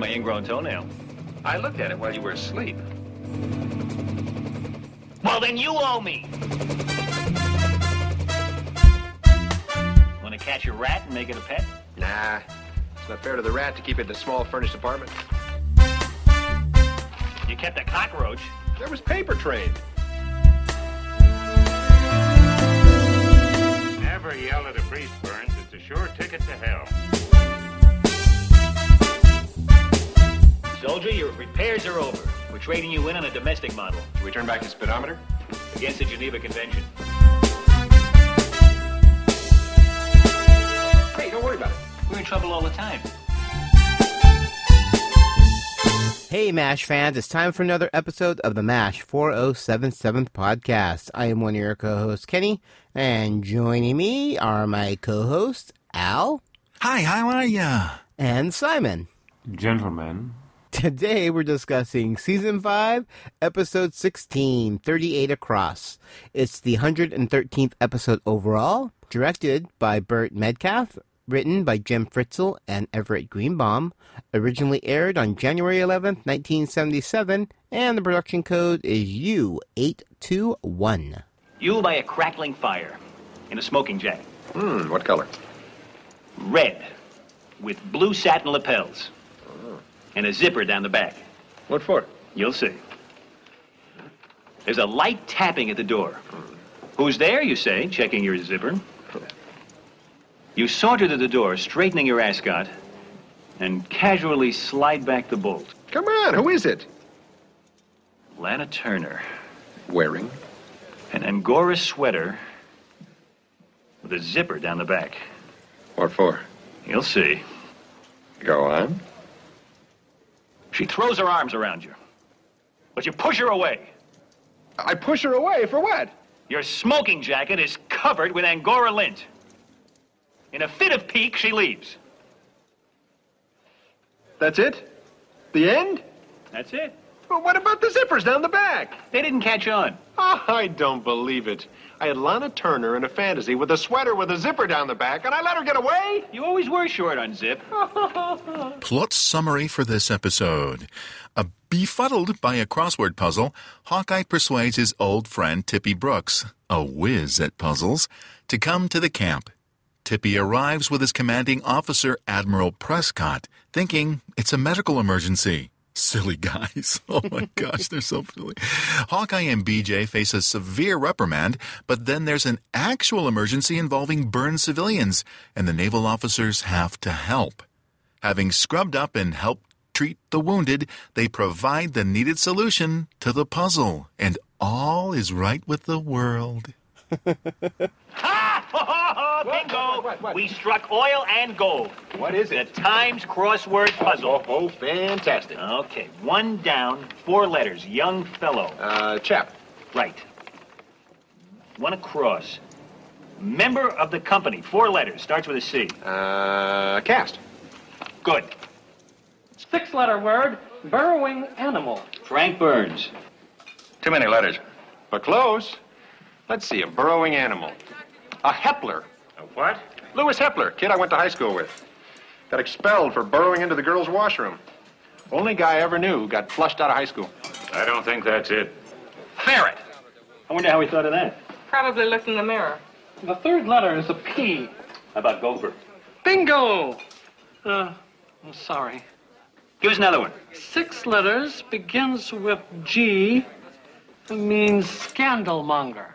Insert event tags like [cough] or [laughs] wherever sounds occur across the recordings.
toenail. I looked at it while you were asleep. Well, then you owe me. Want to catch a rat and make it a pet? Nah, it's not fair to the rat to keep it in a small furnished apartment. You kept a cockroach. There was paper train. Never yell at a priest, Burns. It's a sure ticket to hell. Soldier, your repairs are over. We're trading you in on a domestic model Should we turn back the speedometer? against the Geneva Convention. Hey, don't worry about it. We're in trouble all the time. Hey, MASH fans, it's time for another episode of the MASH 4077 podcast. I am one of your co hosts, Kenny, and joining me are my co hosts, Al Hi, how are ya? and Simon. Gentlemen, Today we're discussing season 5, episode 16, 38 across. It's the 113th episode overall, directed by Burt Medcalf, written by Jim Fritzl and Everett Greenbaum, originally aired on January 11th, 1977, and the production code is U821. You by a crackling fire in a smoking jacket. Hmm, what color? Red with blue satin lapels and a zipper down the back. Hmm. What for? You'll see. There's a light tapping at the door. Hmm. Who's there, you say, checking your [laughs] zipper? You saunter to the door, straightening your ascot, and casually slide back the bolt. Come on, who is it? Lana Turner, Wearing. an Angora sweater with a zipper down the back. What for? You'll see. Go on. She throws her arms around you, but you push her away. I push her away for what? Your smoking jacket is covered with Angora lint. In a fit of pique, she leaves. That's it? The end? That's it. Well, what about the zippers down the back? They didn't catch on. Oh, I don't believe it. I had Lana Turner in a fantasy with a sweater with a zipper down the back, and I let her get away? Ah, You always were short on zip. Plot summary for this episode. Uh, befuddled by a crossword puzzle, Hawkeye persuades his old friend Tippy Brooks, a whiz at puzzles, to come to the camp. Tippy arrives with his commanding officer, Admiral Prescott, thinking it's a medical emergency. Silly guys. [laughs] Oh my gosh, they're so silly. Hawkeye and BJ face a severe reprimand, but then there's an actual emergency involving burned civilians, and the naval officers have to help. Having scrubbed up and helped treat the wounded, they provide the needed solution to the puzzle, and all is right with the world. [laughs] Ha! Ho, ho, ho, What? Bingo! What, what, what? We struck oil and gold. What is The it? Times crossword puzzle. oh, fantastic. Okay, one down, four letters, young fellow. Uh, chap. Right. One across. Member of the company, four letters, starts with a C. Uh, cast. Good. Six letter word, burrowing animal. Frank Burns. Too many letters. But close. Let's see, a burrowing animal. A hepler. A what? Lewis Hepler, kid I went to high school with. Got expelled for burrowing into the girls' washroom. Only guy I ever knew who got flushed out of high school. I don't think that's it. Ferret. I wonder how he thought of that. Probably looked in the mirror. The third letter is a P. How about Gopher? Bingo! Uh, I'm sorry. Give us another one. Six letters begins with G, means scandalmonger.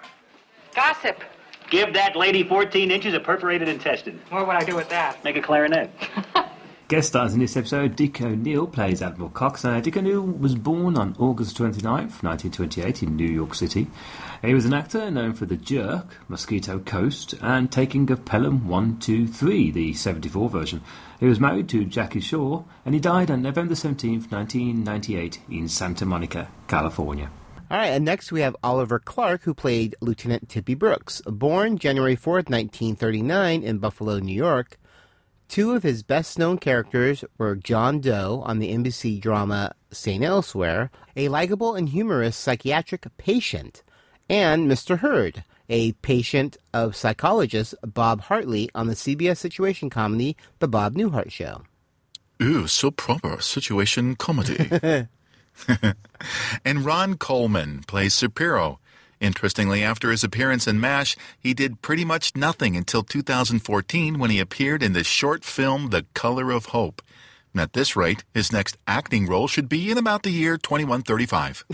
Gossip. Give that lady 14 inches of perforated intestine. What would I do with that? Make a clarinet. guest stars in this episode, Dick O'Neill plays Admiral Cox. Uh, Dick O'Neill was born on August 29th, 1928, in New York City. He was an actor known for The Jerk, Mosquito Coast, and Taking of Pelham 123, the 74 version. He was married to Jackie Shaw, and he died on November 17th, 1998, in Santa Monica, California. All right, and next we have Oliver Clark, who played Lieutenant Tippy Brooks. Born January 4th, 1939, in Buffalo, New York, two of his best known characters were John Doe on the NBC drama St. Elsewhere, a likable and humorous psychiatric patient, and Mr. Hurd, a patient of psychologist Bob Hartley on the CBS situation comedy The Bob Newhart Show. Ooh, so proper. Situation comedy. [laughs] and Ron Coleman plays Shapiro. Interestingly, after his appearance in MASH, he did pretty much nothing until 2014 when he appeared in the short film The Color of Hope. And at this rate, his next acting role should be in about the year 2135.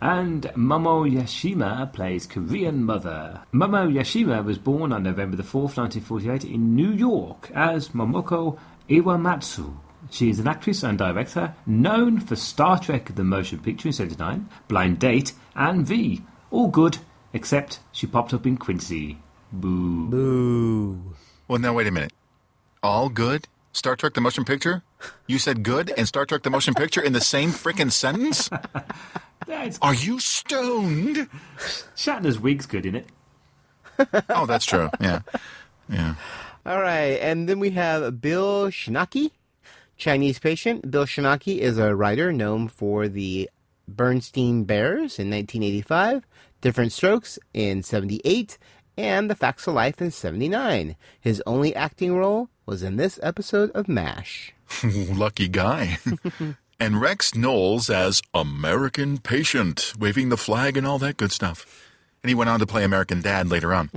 And Momo Yashima plays Korean mother. Momo Yashima was born on November the 4th, 1948, in New York as Momoko Iwamatsu. She is an actress and director known for Star Trek The Motion Picture in 79, Blind Date, and V. All good, except she popped up in Quincy. Boo. Ooh. well, now wait a minute. All good? Star Trek the Motion Picture? You said good and Star Trek the Motion Picture in the same frickin' [laughs] sentence? That's Are you stoned? Shatner's wig's good in it. Oh, that's true. Yeah. Yeah. All right, and then we have Bill Shinaki, Chinese patient. Bill Shinaki is a writer known for the Bernstein Bears in 1985, Different Strokes in 78, and The Facts of Life in 79. His only acting role was in this episode of MASH. [laughs] Lucky guy. and Rex Knowles as American patient, waving the flag and all that good stuff. And he went on to play American Dad later on.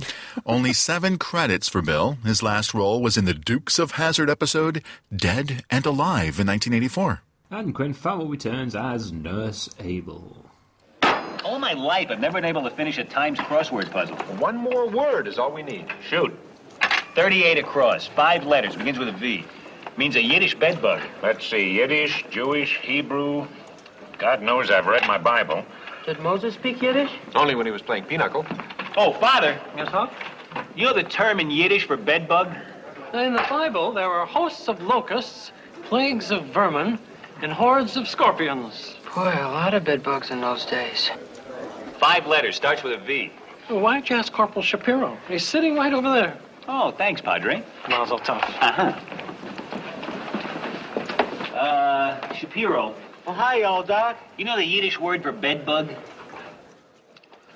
Only seven credits for Bill. His last role was in the Dukes of Hazard episode Dead and Alive in 1984. And Gwen Farrell returns as Nurse Abel. All my life, I've never been able to finish a Times crossword puzzle. One more word is all we need. Shoot. 38 across, five letters, begins with a V. Means a Yiddish bedbug. Let's see, Yiddish, Jewish, Hebrew. God knows I've read my Bible. Did Moses speak Yiddish? Only when he was playing pinochle. Oh, Father, Yes, huh? you know the term in Yiddish for bedbug? In the Bible, there are hosts of locusts, plagues of vermin, and hordes of scorpions. Boy, a lot of bed bugs in those days. Five letters, starts with a V. Why'd you ask Corporal Shapiro? He's sitting right over there. Oh, thanks, Padre. Mazel tov. Uh-huh. Uh, Shapiro. Well, hi, all, Doc. You know the Yiddish word for bedbug?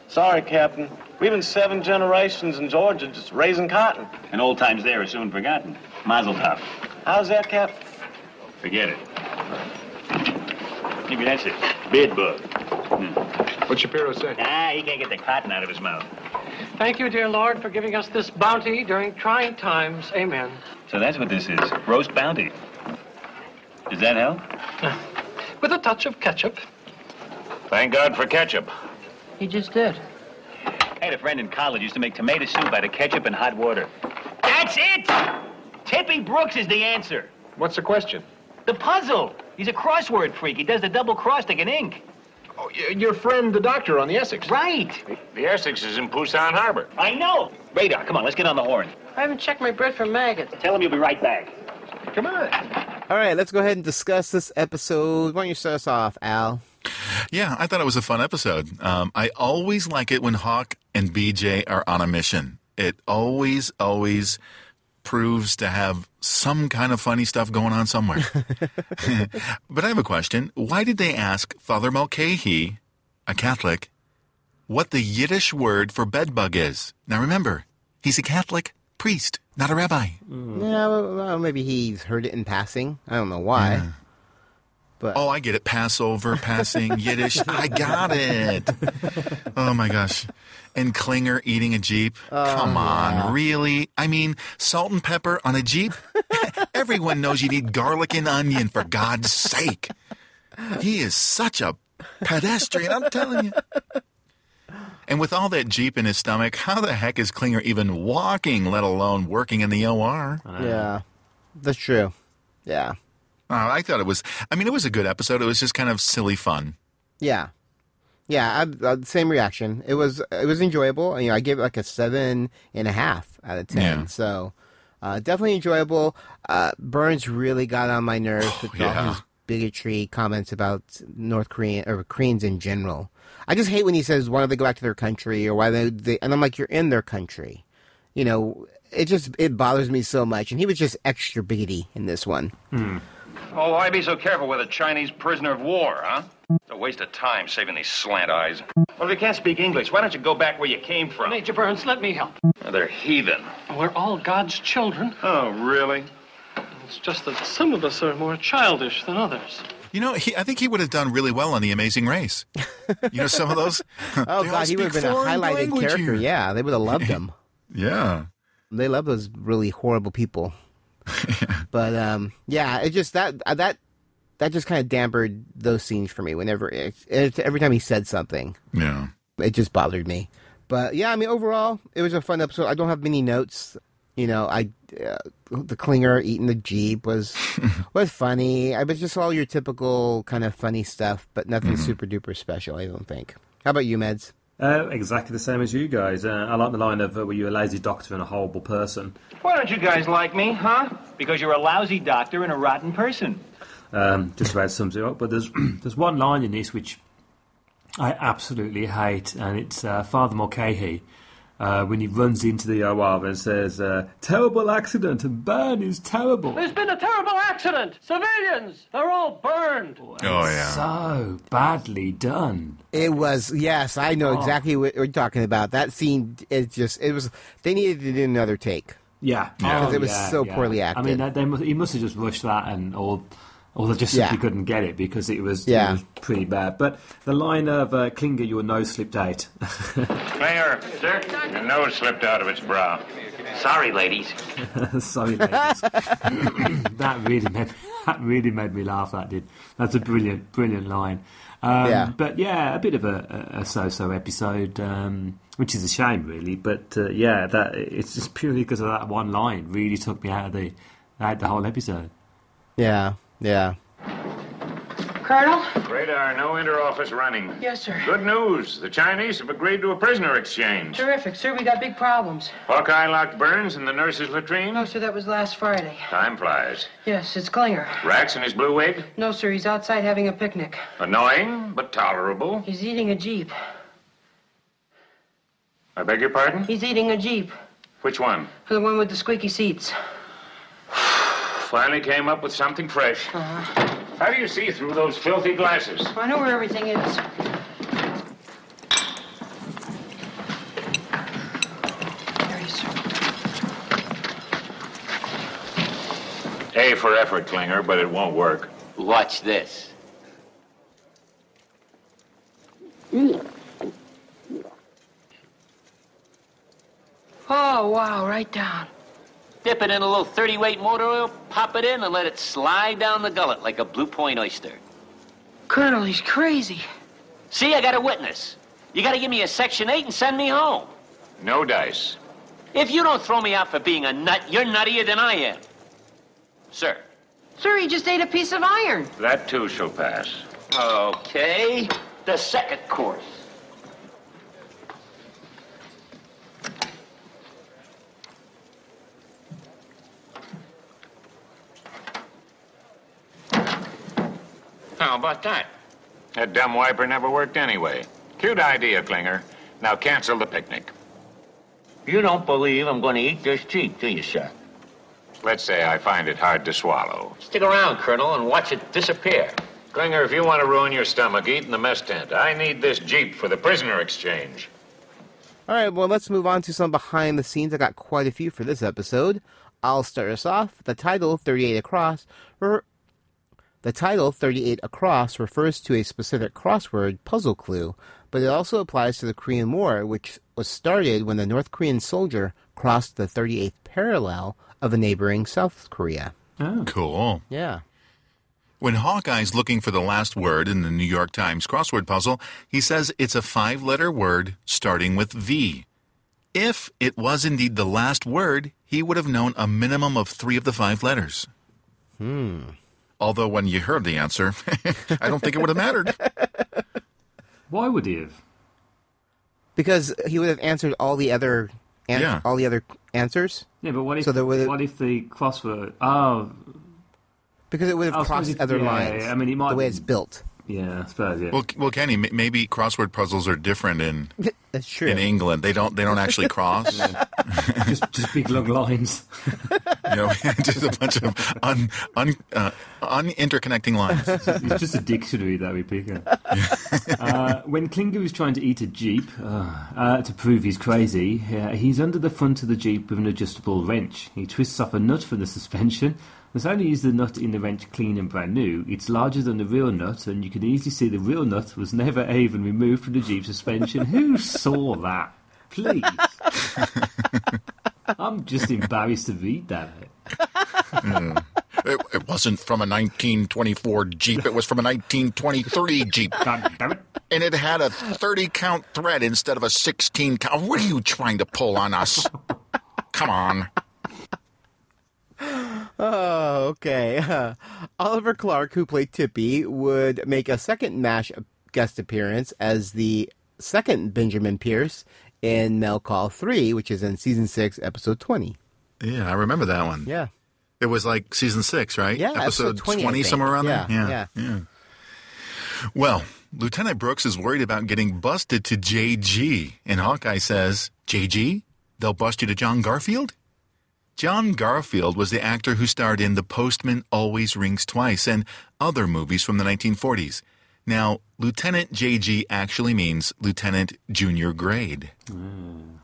Sorry, Captain. We've been seven generations in Georgia just raising cotton. And old times there are soon forgotten. Mazel tov. How's that, Captain? Forget it. Maybe that's it. Bedbug. What's Shapiro say? Ah, he can't get the cotton out of his mouth. Thank you, dear Lord, for giving us this bounty during trying times. Amen. So that's what this is. Roast bounty. Does that help? With a touch of ketchup. Thank God for ketchup. He just did. I had a friend in college used to make tomato soup out of ketchup and hot water. That's it! Tippy Brooks is the answer. What's the question? The puzzle. He's a crossword freak. He does the double cross stick in ink. Oh, y- your friend, the doctor on the Essex. Right. The Essex is in Poussin Harbor. I know. Radar, come on, let's get on the horn. I haven't checked my bread for maggots. Tell him you'll be right back. Come on. All right, let's go ahead and discuss this episode. Why don't you start us off, Al? Yeah, I thought it was a fun episode. Um, I always like it when Hawk and BJ are on a mission. It always, always proves to have some kind of funny stuff going on somewhere. [laughs] but I have a question. Why did they ask Father Mulcahy, a Catholic, what the Yiddish word for bedbug is? Now remember, he's a Catholic priest, not a rabbi. Yeah, well, well, maybe he's heard it in passing. I don't know why. Oh, I get it. Passover, passing, Yiddish. [laughs] I got it. Oh my gosh. And Klinger eating a Jeep. Come on, really? I mean, salt and pepper on a Jeep? [laughs] Everyone knows you need garlic and onion, for God's sake. He is such a pedestrian, I'm telling you. And with all that Jeep in his stomach, how the heck is Klinger even walking, let alone working in the OR? Yeah, that's true. Yeah, Oh, I thought it was, I mean, it was a good episode. It was just kind of silly fun. yeah, yeah. I, uh, same reaction. It was it was enjoyable. You know, I gave it like a seven and a half out of ten. Yeah. So uh, definitely enjoyable. Uh, Burns really got on my nerves with all Oh, yeah. his bigotry comments about North Korean or Koreans in general. I just hate when he says why don't they go back to their country or why they, they and I'm like you're in their country. You know, it just it bothers me so much. And he was just extra bigoty in this one. Oh, why be so careful with a Chinese prisoner of war, huh? It's a waste of time saving these slant eyes. Well, if you can't speak English, why don't you go back where you came from? Major Burns, let me help. Oh, They're heathen. We're all God's children. Oh, really? It's just that some of us are more childish than others. You know, he, I think he would have done really well on The Amazing Race. You know, some of those. [laughs] Oh God, he would have been a highlighted character. Yeah, they would have loved him. Yeah. they love those really [laughs] horrible people. but um, yeah, it just that uh, that that just kind of dampered those scenes for me. Whenever it, it, every time he said something, Yeah. it just bothered me. But yeah, I mean, overall, it was a fun episode. I don't have many notes. You know, I uh, the clinger eating the [laughs] jeep was was funny. I was just all your typical kind of funny stuff, but nothing Mm-hmm. super duper special. I don't think. How about you, Meds? Uh, exactly the same as you guys. Uh, I like the line of, uh, were you a lazy doctor and a horrible person? Why don't you guys like me, huh? Because you're a lousy doctor and a rotten person. um, just about sums it up. But there's [clears throat] there's one line in this which I absolutely hate, and it's uh, Father Mulcahy uh, when he runs into the OR and says, uh, "Terrible accident, and burn is terrible." There's been a terrible accident. Civilians, they're all burned. Oh, yeah. So badly done. Oh. It was yes, I know exactly what you're talking about. That scene is just it was. They needed to do another take. Yeah, Yeah. 'Cause it was so poorly I acted. mean, they, they must, he must have just rushed that, and or or they just simply Yeah. couldn't get it because it was, Yeah. it was pretty bad. But the line of uh, "Klinger, your nose slipped [laughs] out." Mayor, sir, the nose slipped out of its brow. Sorry, ladies. [laughs] [laughs] Sorry, ladies. that really made that really made me laugh. That did. That's a brilliant, brilliant line. Um, Yeah. But yeah, a bit of a, a, a so-so episode, um, which is a shame, really. But uh, yeah, that it's just purely because of that one line. Really took me out of the out the whole episode. Yeah, yeah. Colonel? Radar, no interoffice running. Yes, sir. Good news. The Chinese have agreed to a prisoner exchange. Terrific, sir. We got big problems. Hawkeye locked Burns in the nurse's No, latrine. sir, Oh, that was last Friday. Time flies. Yes, it's Klinger. Rax in his blue wig. No, sir, he's outside having a picnic. Annoying, but tolerable. He's eating a Jeep. I beg your pardon? He's eating a Jeep. Which one? For the one with the squeaky seats. [sighs] Finally came up with something fresh. Uh-huh. How do you see through those filthy glasses? I know where everything is. There he is, sir. A for effort, Klinger, but it won't work. Watch this. Oh, wow, right down. Dip it in a little 30 weight motor oil, pop it in, and let it slide down the gullet like a blue point oyster. Colonel, he's crazy. See, I got a witness. You gotta give me a Section 8 and send me home. No dice. If you don't throw me out for being a nut, you're nuttier than I am. Sir. Sir, he just ate a piece of iron. That too shall pass. Okay, the second course. How about that? That dumb wiper never worked anyway. Cute idea, Klinger. Now cancel the picnic. You don't believe I'm gonna eat this cheek, do you, sir? Let's say I find it hard to swallow. Stick around, Colonel, and watch it disappear. Klinger, if you want to ruin your stomach, eat in the mess tent. I need this Jeep for the prisoner exchange. All right, well, let's move on to some behind the scenes. I got quite a few for this episode. I'll start us off. The title 38 across or the title 38 across refers to a specific crossword puzzle clue, but it also applies to the Korean War, which was started when the North Korean soldier crossed the 38th parallel of a neighboring South Korea. Oh. Cool. Yeah. When Hawkeye's looking for the last word in the New York Times crossword puzzle, he says it's a five letter word starting with V. If it was indeed the last word, he would have known a minimum of three of the five letters. Hmm. Although when you heard the answer, [laughs] I don't think it would have mattered. Why would he have? Because he would have answered all the other an- Yeah. all the other answers Yeah, but what if So there were- what if the crossword? Oh, because it would I have was crossed thinking- other yeah, lines. yeah, I mean, it might- the way it's built. yeah, I suppose yeah. Well, K- well, Kenny, m- maybe crossword puzzles are different in, [laughs] That's true. [laughs] in England. They don't they don't actually cross. just just big long lines. [laughs] You know, [laughs] just a bunch of un, un, uh, uninterconnecting lines. [laughs] it's just a dictionary that we pick up. Uh, when Klinger is trying to eat a jeep uh, uh, to prove he's crazy, uh, he's under the front of the jeep with an adjustable wrench. He twists off a nut from the suspension. Not only is the nut in the wrench clean and brand new, it's larger than the real nut, and you can easily see the real nut was never even removed from the jeep suspension. Who saw that? Please. I'm just embarrassed to read that. Hmm. It, it wasn't from a 1924 Jeep. It was from a 1923 Jeep. And it had a 30 count thread instead of a 16 count. What are you trying to pull on us? Come on. Oh, okay. [laughs] Uh, Oliver Clark, who played Tippy, would make a second MASH guest appearance as the second Benjamin Pierce in Mel Call 3, which is in season 6, episode 20. Yeah, I remember that one. Yeah. It was like season six, right? Yeah, episode 20, I think. somewhere around there? Yeah, yeah. Well, Lieutenant Brooks is worried about getting busted to JG, and Hawkeye says, JG, they'll bust you to John Garfield? John Garfield was the actor who starred in The Postman Always Rings Twice and other movies from the 1940s. Now, Lieutenant JG actually means Lieutenant Junior Grade, Mm.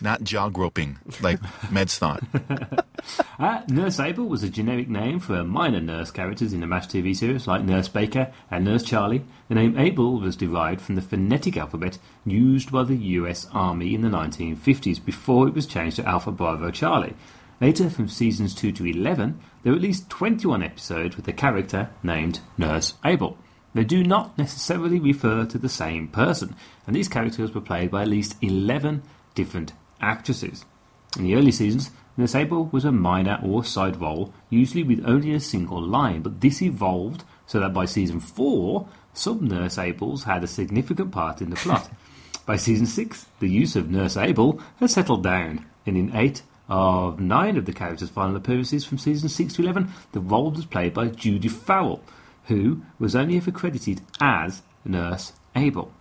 not jog roping like Meds thought. Uh, Nurse Abel was a generic name for minor nurse characters in the MASH TV series like Nurse Baker and Nurse Charlie. The name Abel was derived from the phonetic alphabet used by the US Army in the 1950s before it was changed to Alpha Bravo Charlie. Later, from seasons 2 to 11, there were at least 21 episodes with a character named Nurse Abel. They do not necessarily refer to the same person, and these characters were played by at least 11 different actresses. In the early seasons, Nurse Abel was a minor or side role, usually with only a single line, but this evolved so that by season 4, some Nurse Abels had a significant part in the plot. by season 6, the use of Nurse Abel has settled down, and in 8 of 9 of the character's final appearances from season 6 to 11, the role was played by Judy Farrell, who was only ever credited as Nurse Abel.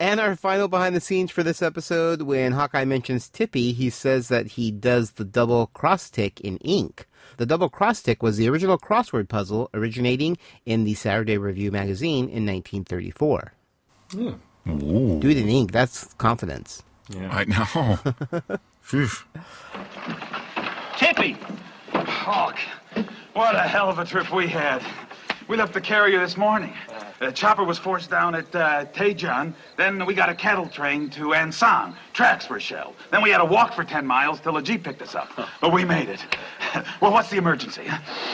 And our final behind the scenes for this episode when Hawkeye mentions Tippy, he says that he does the double crosstick in ink. The double crosstick was the original crossword puzzle originating in the Saturday Review magazine in 1934. Yeah. Do it in ink, that's confidence. I [laughs] know. Phew. Tippy! Hawk, what a hell of a trip we had. We left the carrier this morning. Uh. The chopper was forced down at uh, Taejon. Then we got a cattle train to Ansan. Tracks were shelled. Then we had to walk for 10 miles till a jeep picked us up. But we made it. [laughs] well, what's the emergency? huh?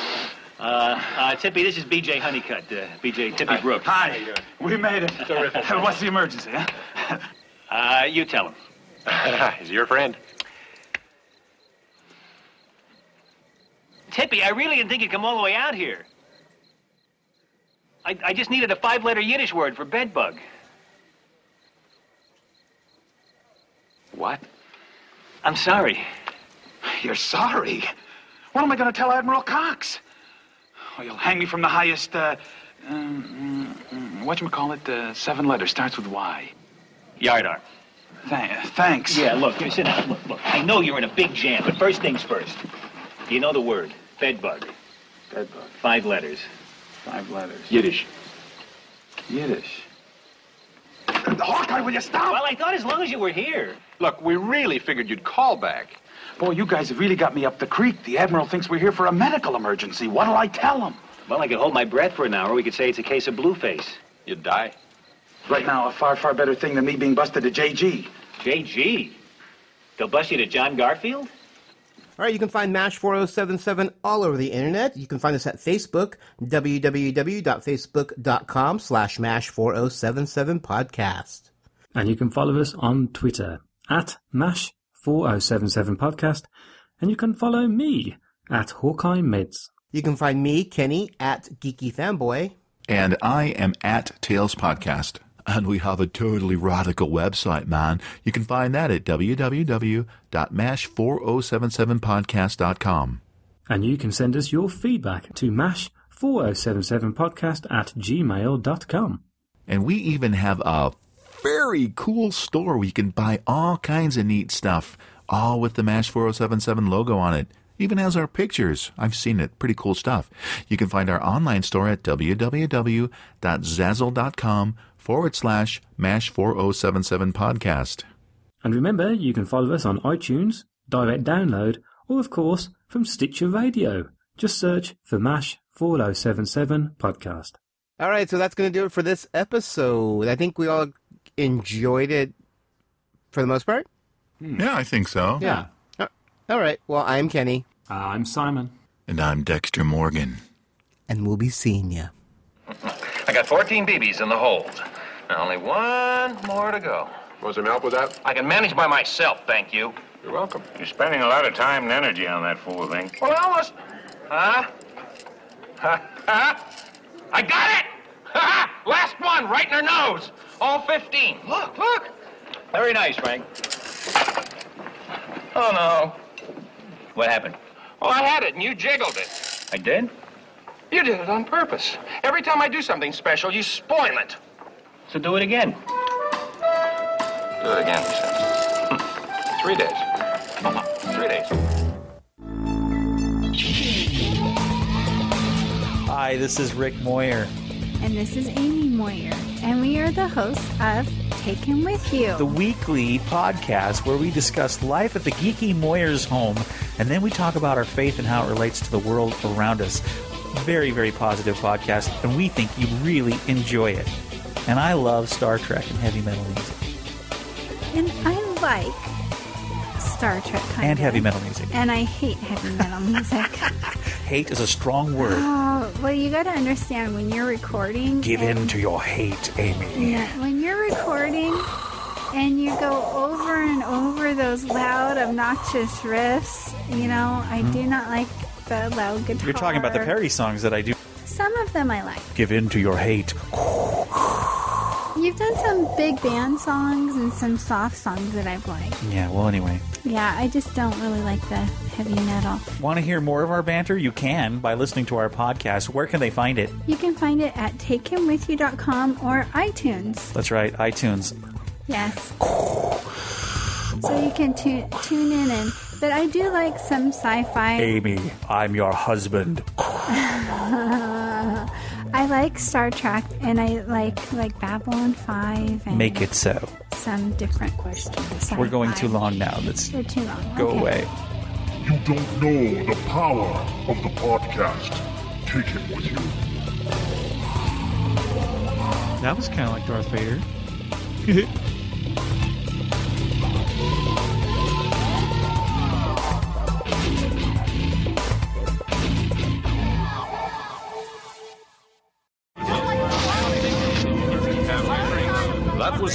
Uh, uh, Tippy, this is B.J. Honeycutt, uh, B.J. Tippy Brooks. Hi. We made it. [laughs] Terrific. what's the emergency? huh? Uh, you tell him. [laughs] He's your friend. Tippy, I really didn't think you'd come all the way out here. I, I just needed a five-letter Yiddish word for bedbug. What? I'm sorry. You're sorry? What am I going to tell Admiral Cox? Oh, you'll hang me from the highest, uh, um, mm, mm, whatchamacallit, uh, seven letters, starts with Y. Yardar. Thank, thanks. Yeah, look, here, sit down. Look, look. I know you're in a big jam, but first things first. You know the word, bedbug. Bedbug, Five letters. five letters. Yiddish. Yiddish. Hawkeye, will you stop? Well, I thought as long as you were here. Look, we really figured you'd call back. Boy, you guys have really got me up the creek. The Admiral thinks we're here for a medical emergency. What'll I tell him? Well, I could hold my breath for an hour. We could say it's a case of blue face. You'd die. Right now, a far, far better thing than me being busted to JG. JG. They'll bust you to John Garfield? All right, you can find MASH 4077 all over the internet. You can find us at Facebook, www.facebook.com slash MASH 4077 podcast. And you can follow us on Twitter at MASH4077podcast. And you can follow me at Hawkeye Mids. You can find me, Kenny, at Geeky Fanboy. And I am at Tales Podcast. And we have a totally radical website, man. You can find that at www.mash4077podcast.com. And you can send us your feedback to mash4077podcast at gmail.com. And we even have a very cool store where you can buy all kinds of neat stuff, all with the MASH4077 logo on it. even has our pictures. I've seen it. Pretty cool stuff. You can find our online store at www.zazzle.com forward slash MASH 4077 podcast. And remember, you can follow us on iTunes, direct download, or of course from Stitcher Radio. Just search for MASH 4077 podcast. All right, so that's going to do it for this episode. I think we all enjoyed it for the most part. Hmm. Yeah, I think so. Yeah. All right. Well, I'm Kenny. I'm Simon. And I'm Dexter Morgan. And we'll be seeing you. I got 14 BBs in the hold. Now only one more to go. Want some help with that? I can manage by myself, thank you. You're welcome. You're spending a lot of time and energy on that fool thing. Well, I almost. Huh? Huh? Huh? I got it! [laughs] Ha! Last one, right in her nose. All 15. Look, look. Very nice, Frank. Oh, no. What happened? Well, I had it, and you jiggled it. I did? You did it on purpose. Every time I do something special, you spoil it. So do it again. Do it again, he said. [laughs] Three days. [laughs] Three days. Hi, this is Rick Moyer. And this is Amy Moyer, and we are the hosts of Take Him With You. The weekly podcast where we discuss life at the geeky Moyer's home, and then we talk about our faith and how it relates to the world around us. Very, very positive podcast, and we think you really enjoy it. And I love Star Trek and heavy metal music, And I like Star Trek kind and heavy metal music. And I hate heavy metal [laughs] music. Hate is a strong word. oh, well, you got to understand when you're recording. Give and- in to your hate, Amy. Yeah, when you're recording and you go over and over those loud, obnoxious riffs, you know, I do not like the loud guitar. Mm-hmm. You're talking about the Perry songs that I do. Some of them I like. Give in to your hate. You've done some big band songs and some soft songs that I've liked. Yeah, well, anyway. Yeah, I just don't really like the heavy metal. Want to hear more of our banter? You can by listening to our podcast. Where can they find it? You can find it at takehimwithyou.com or iTunes. That's right, iTunes. Yes. So you can tu- tune in and. But I do like some sci fi. Amy, I'm your husband. [laughs] I like Star Trek and I like like Babylon 5 and Make it so. some different questions. We're going too long now. Let's We're too long. go Okay. away. You don't know the power of the podcast. Take it with you. That was kind of like Darth Vader. [laughs] That was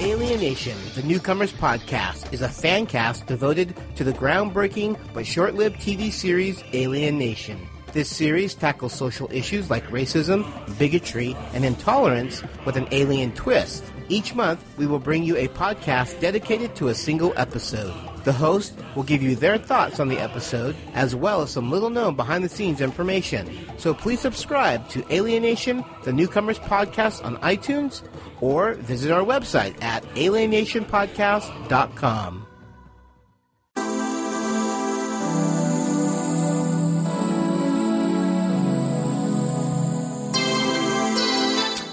Alienation, the Newcomers Podcast, is a fan cast devoted to the groundbreaking but short lived TV series Alienation. This series tackles social issues like racism, bigotry, and intolerance with an alien twist. Each month, we will bring you a podcast dedicated to a single episode. The host will give you their thoughts on the episode, as well as some little known behind the scenes information. So please subscribe to Alienation, the Newcomers Podcast on iTunes, or visit our website at alienationpodcast.com.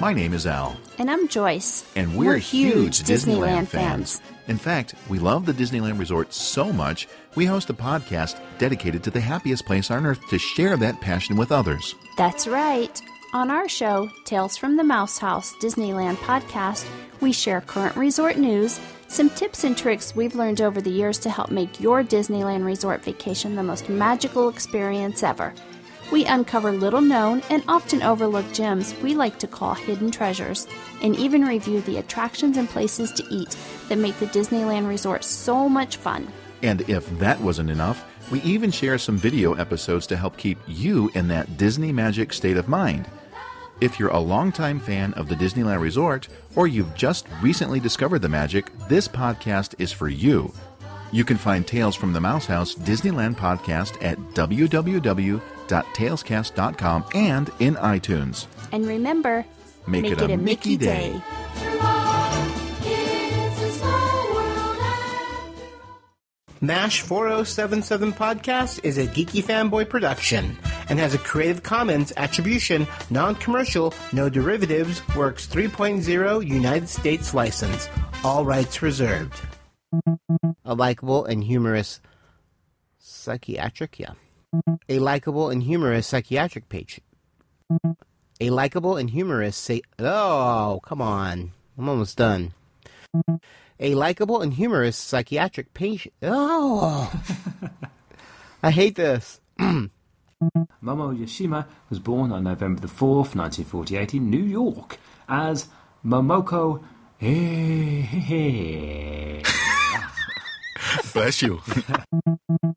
My name is Al, And I'm Joyce. and we're, huge Disneyland, fans. In fact, we love the Disneyland Resort so much, we host a podcast dedicated to the happiest place on earth to share that passion with others. That's right. On our show, Tales from the Mouse House Disneyland podcast, we share current resort news, some tips and tricks we've learned over the years to help make your Disneyland resort vacation the most magical experience ever. We uncover little known and often overlooked gems we like to call hidden treasures, and even review the attractions and places to eat that make the Disneyland resort so much fun. And if that wasn't enough, we even share some video episodes to help keep you in that Disney magic state of mind. If you're a longtime fan of the Disneyland Resort, or you've just recently discovered the magic, this podcast is for you. You can find Tales from the Mouse House Disneyland podcast at www.talescast.com and in iTunes. And remember, Make it a Mickey day. MASH 4077 Podcast is a geeky fanboy production and has a Creative Commons attribution, non commercial, no derivatives, works 3.0 United States license. All rights reserved. A likable and humorous psychiatric, yeah. A likable and humorous psychiatric patient. A likable and humorous say. Oh, come on. I'm almost done. A likable and humorous psychiatric patient. Oh! I hate [clears throat] this. Momo Yoshima was born on November the 4th, 1948, in New York, as Momoko. Hehehe. [laughs] Bless you.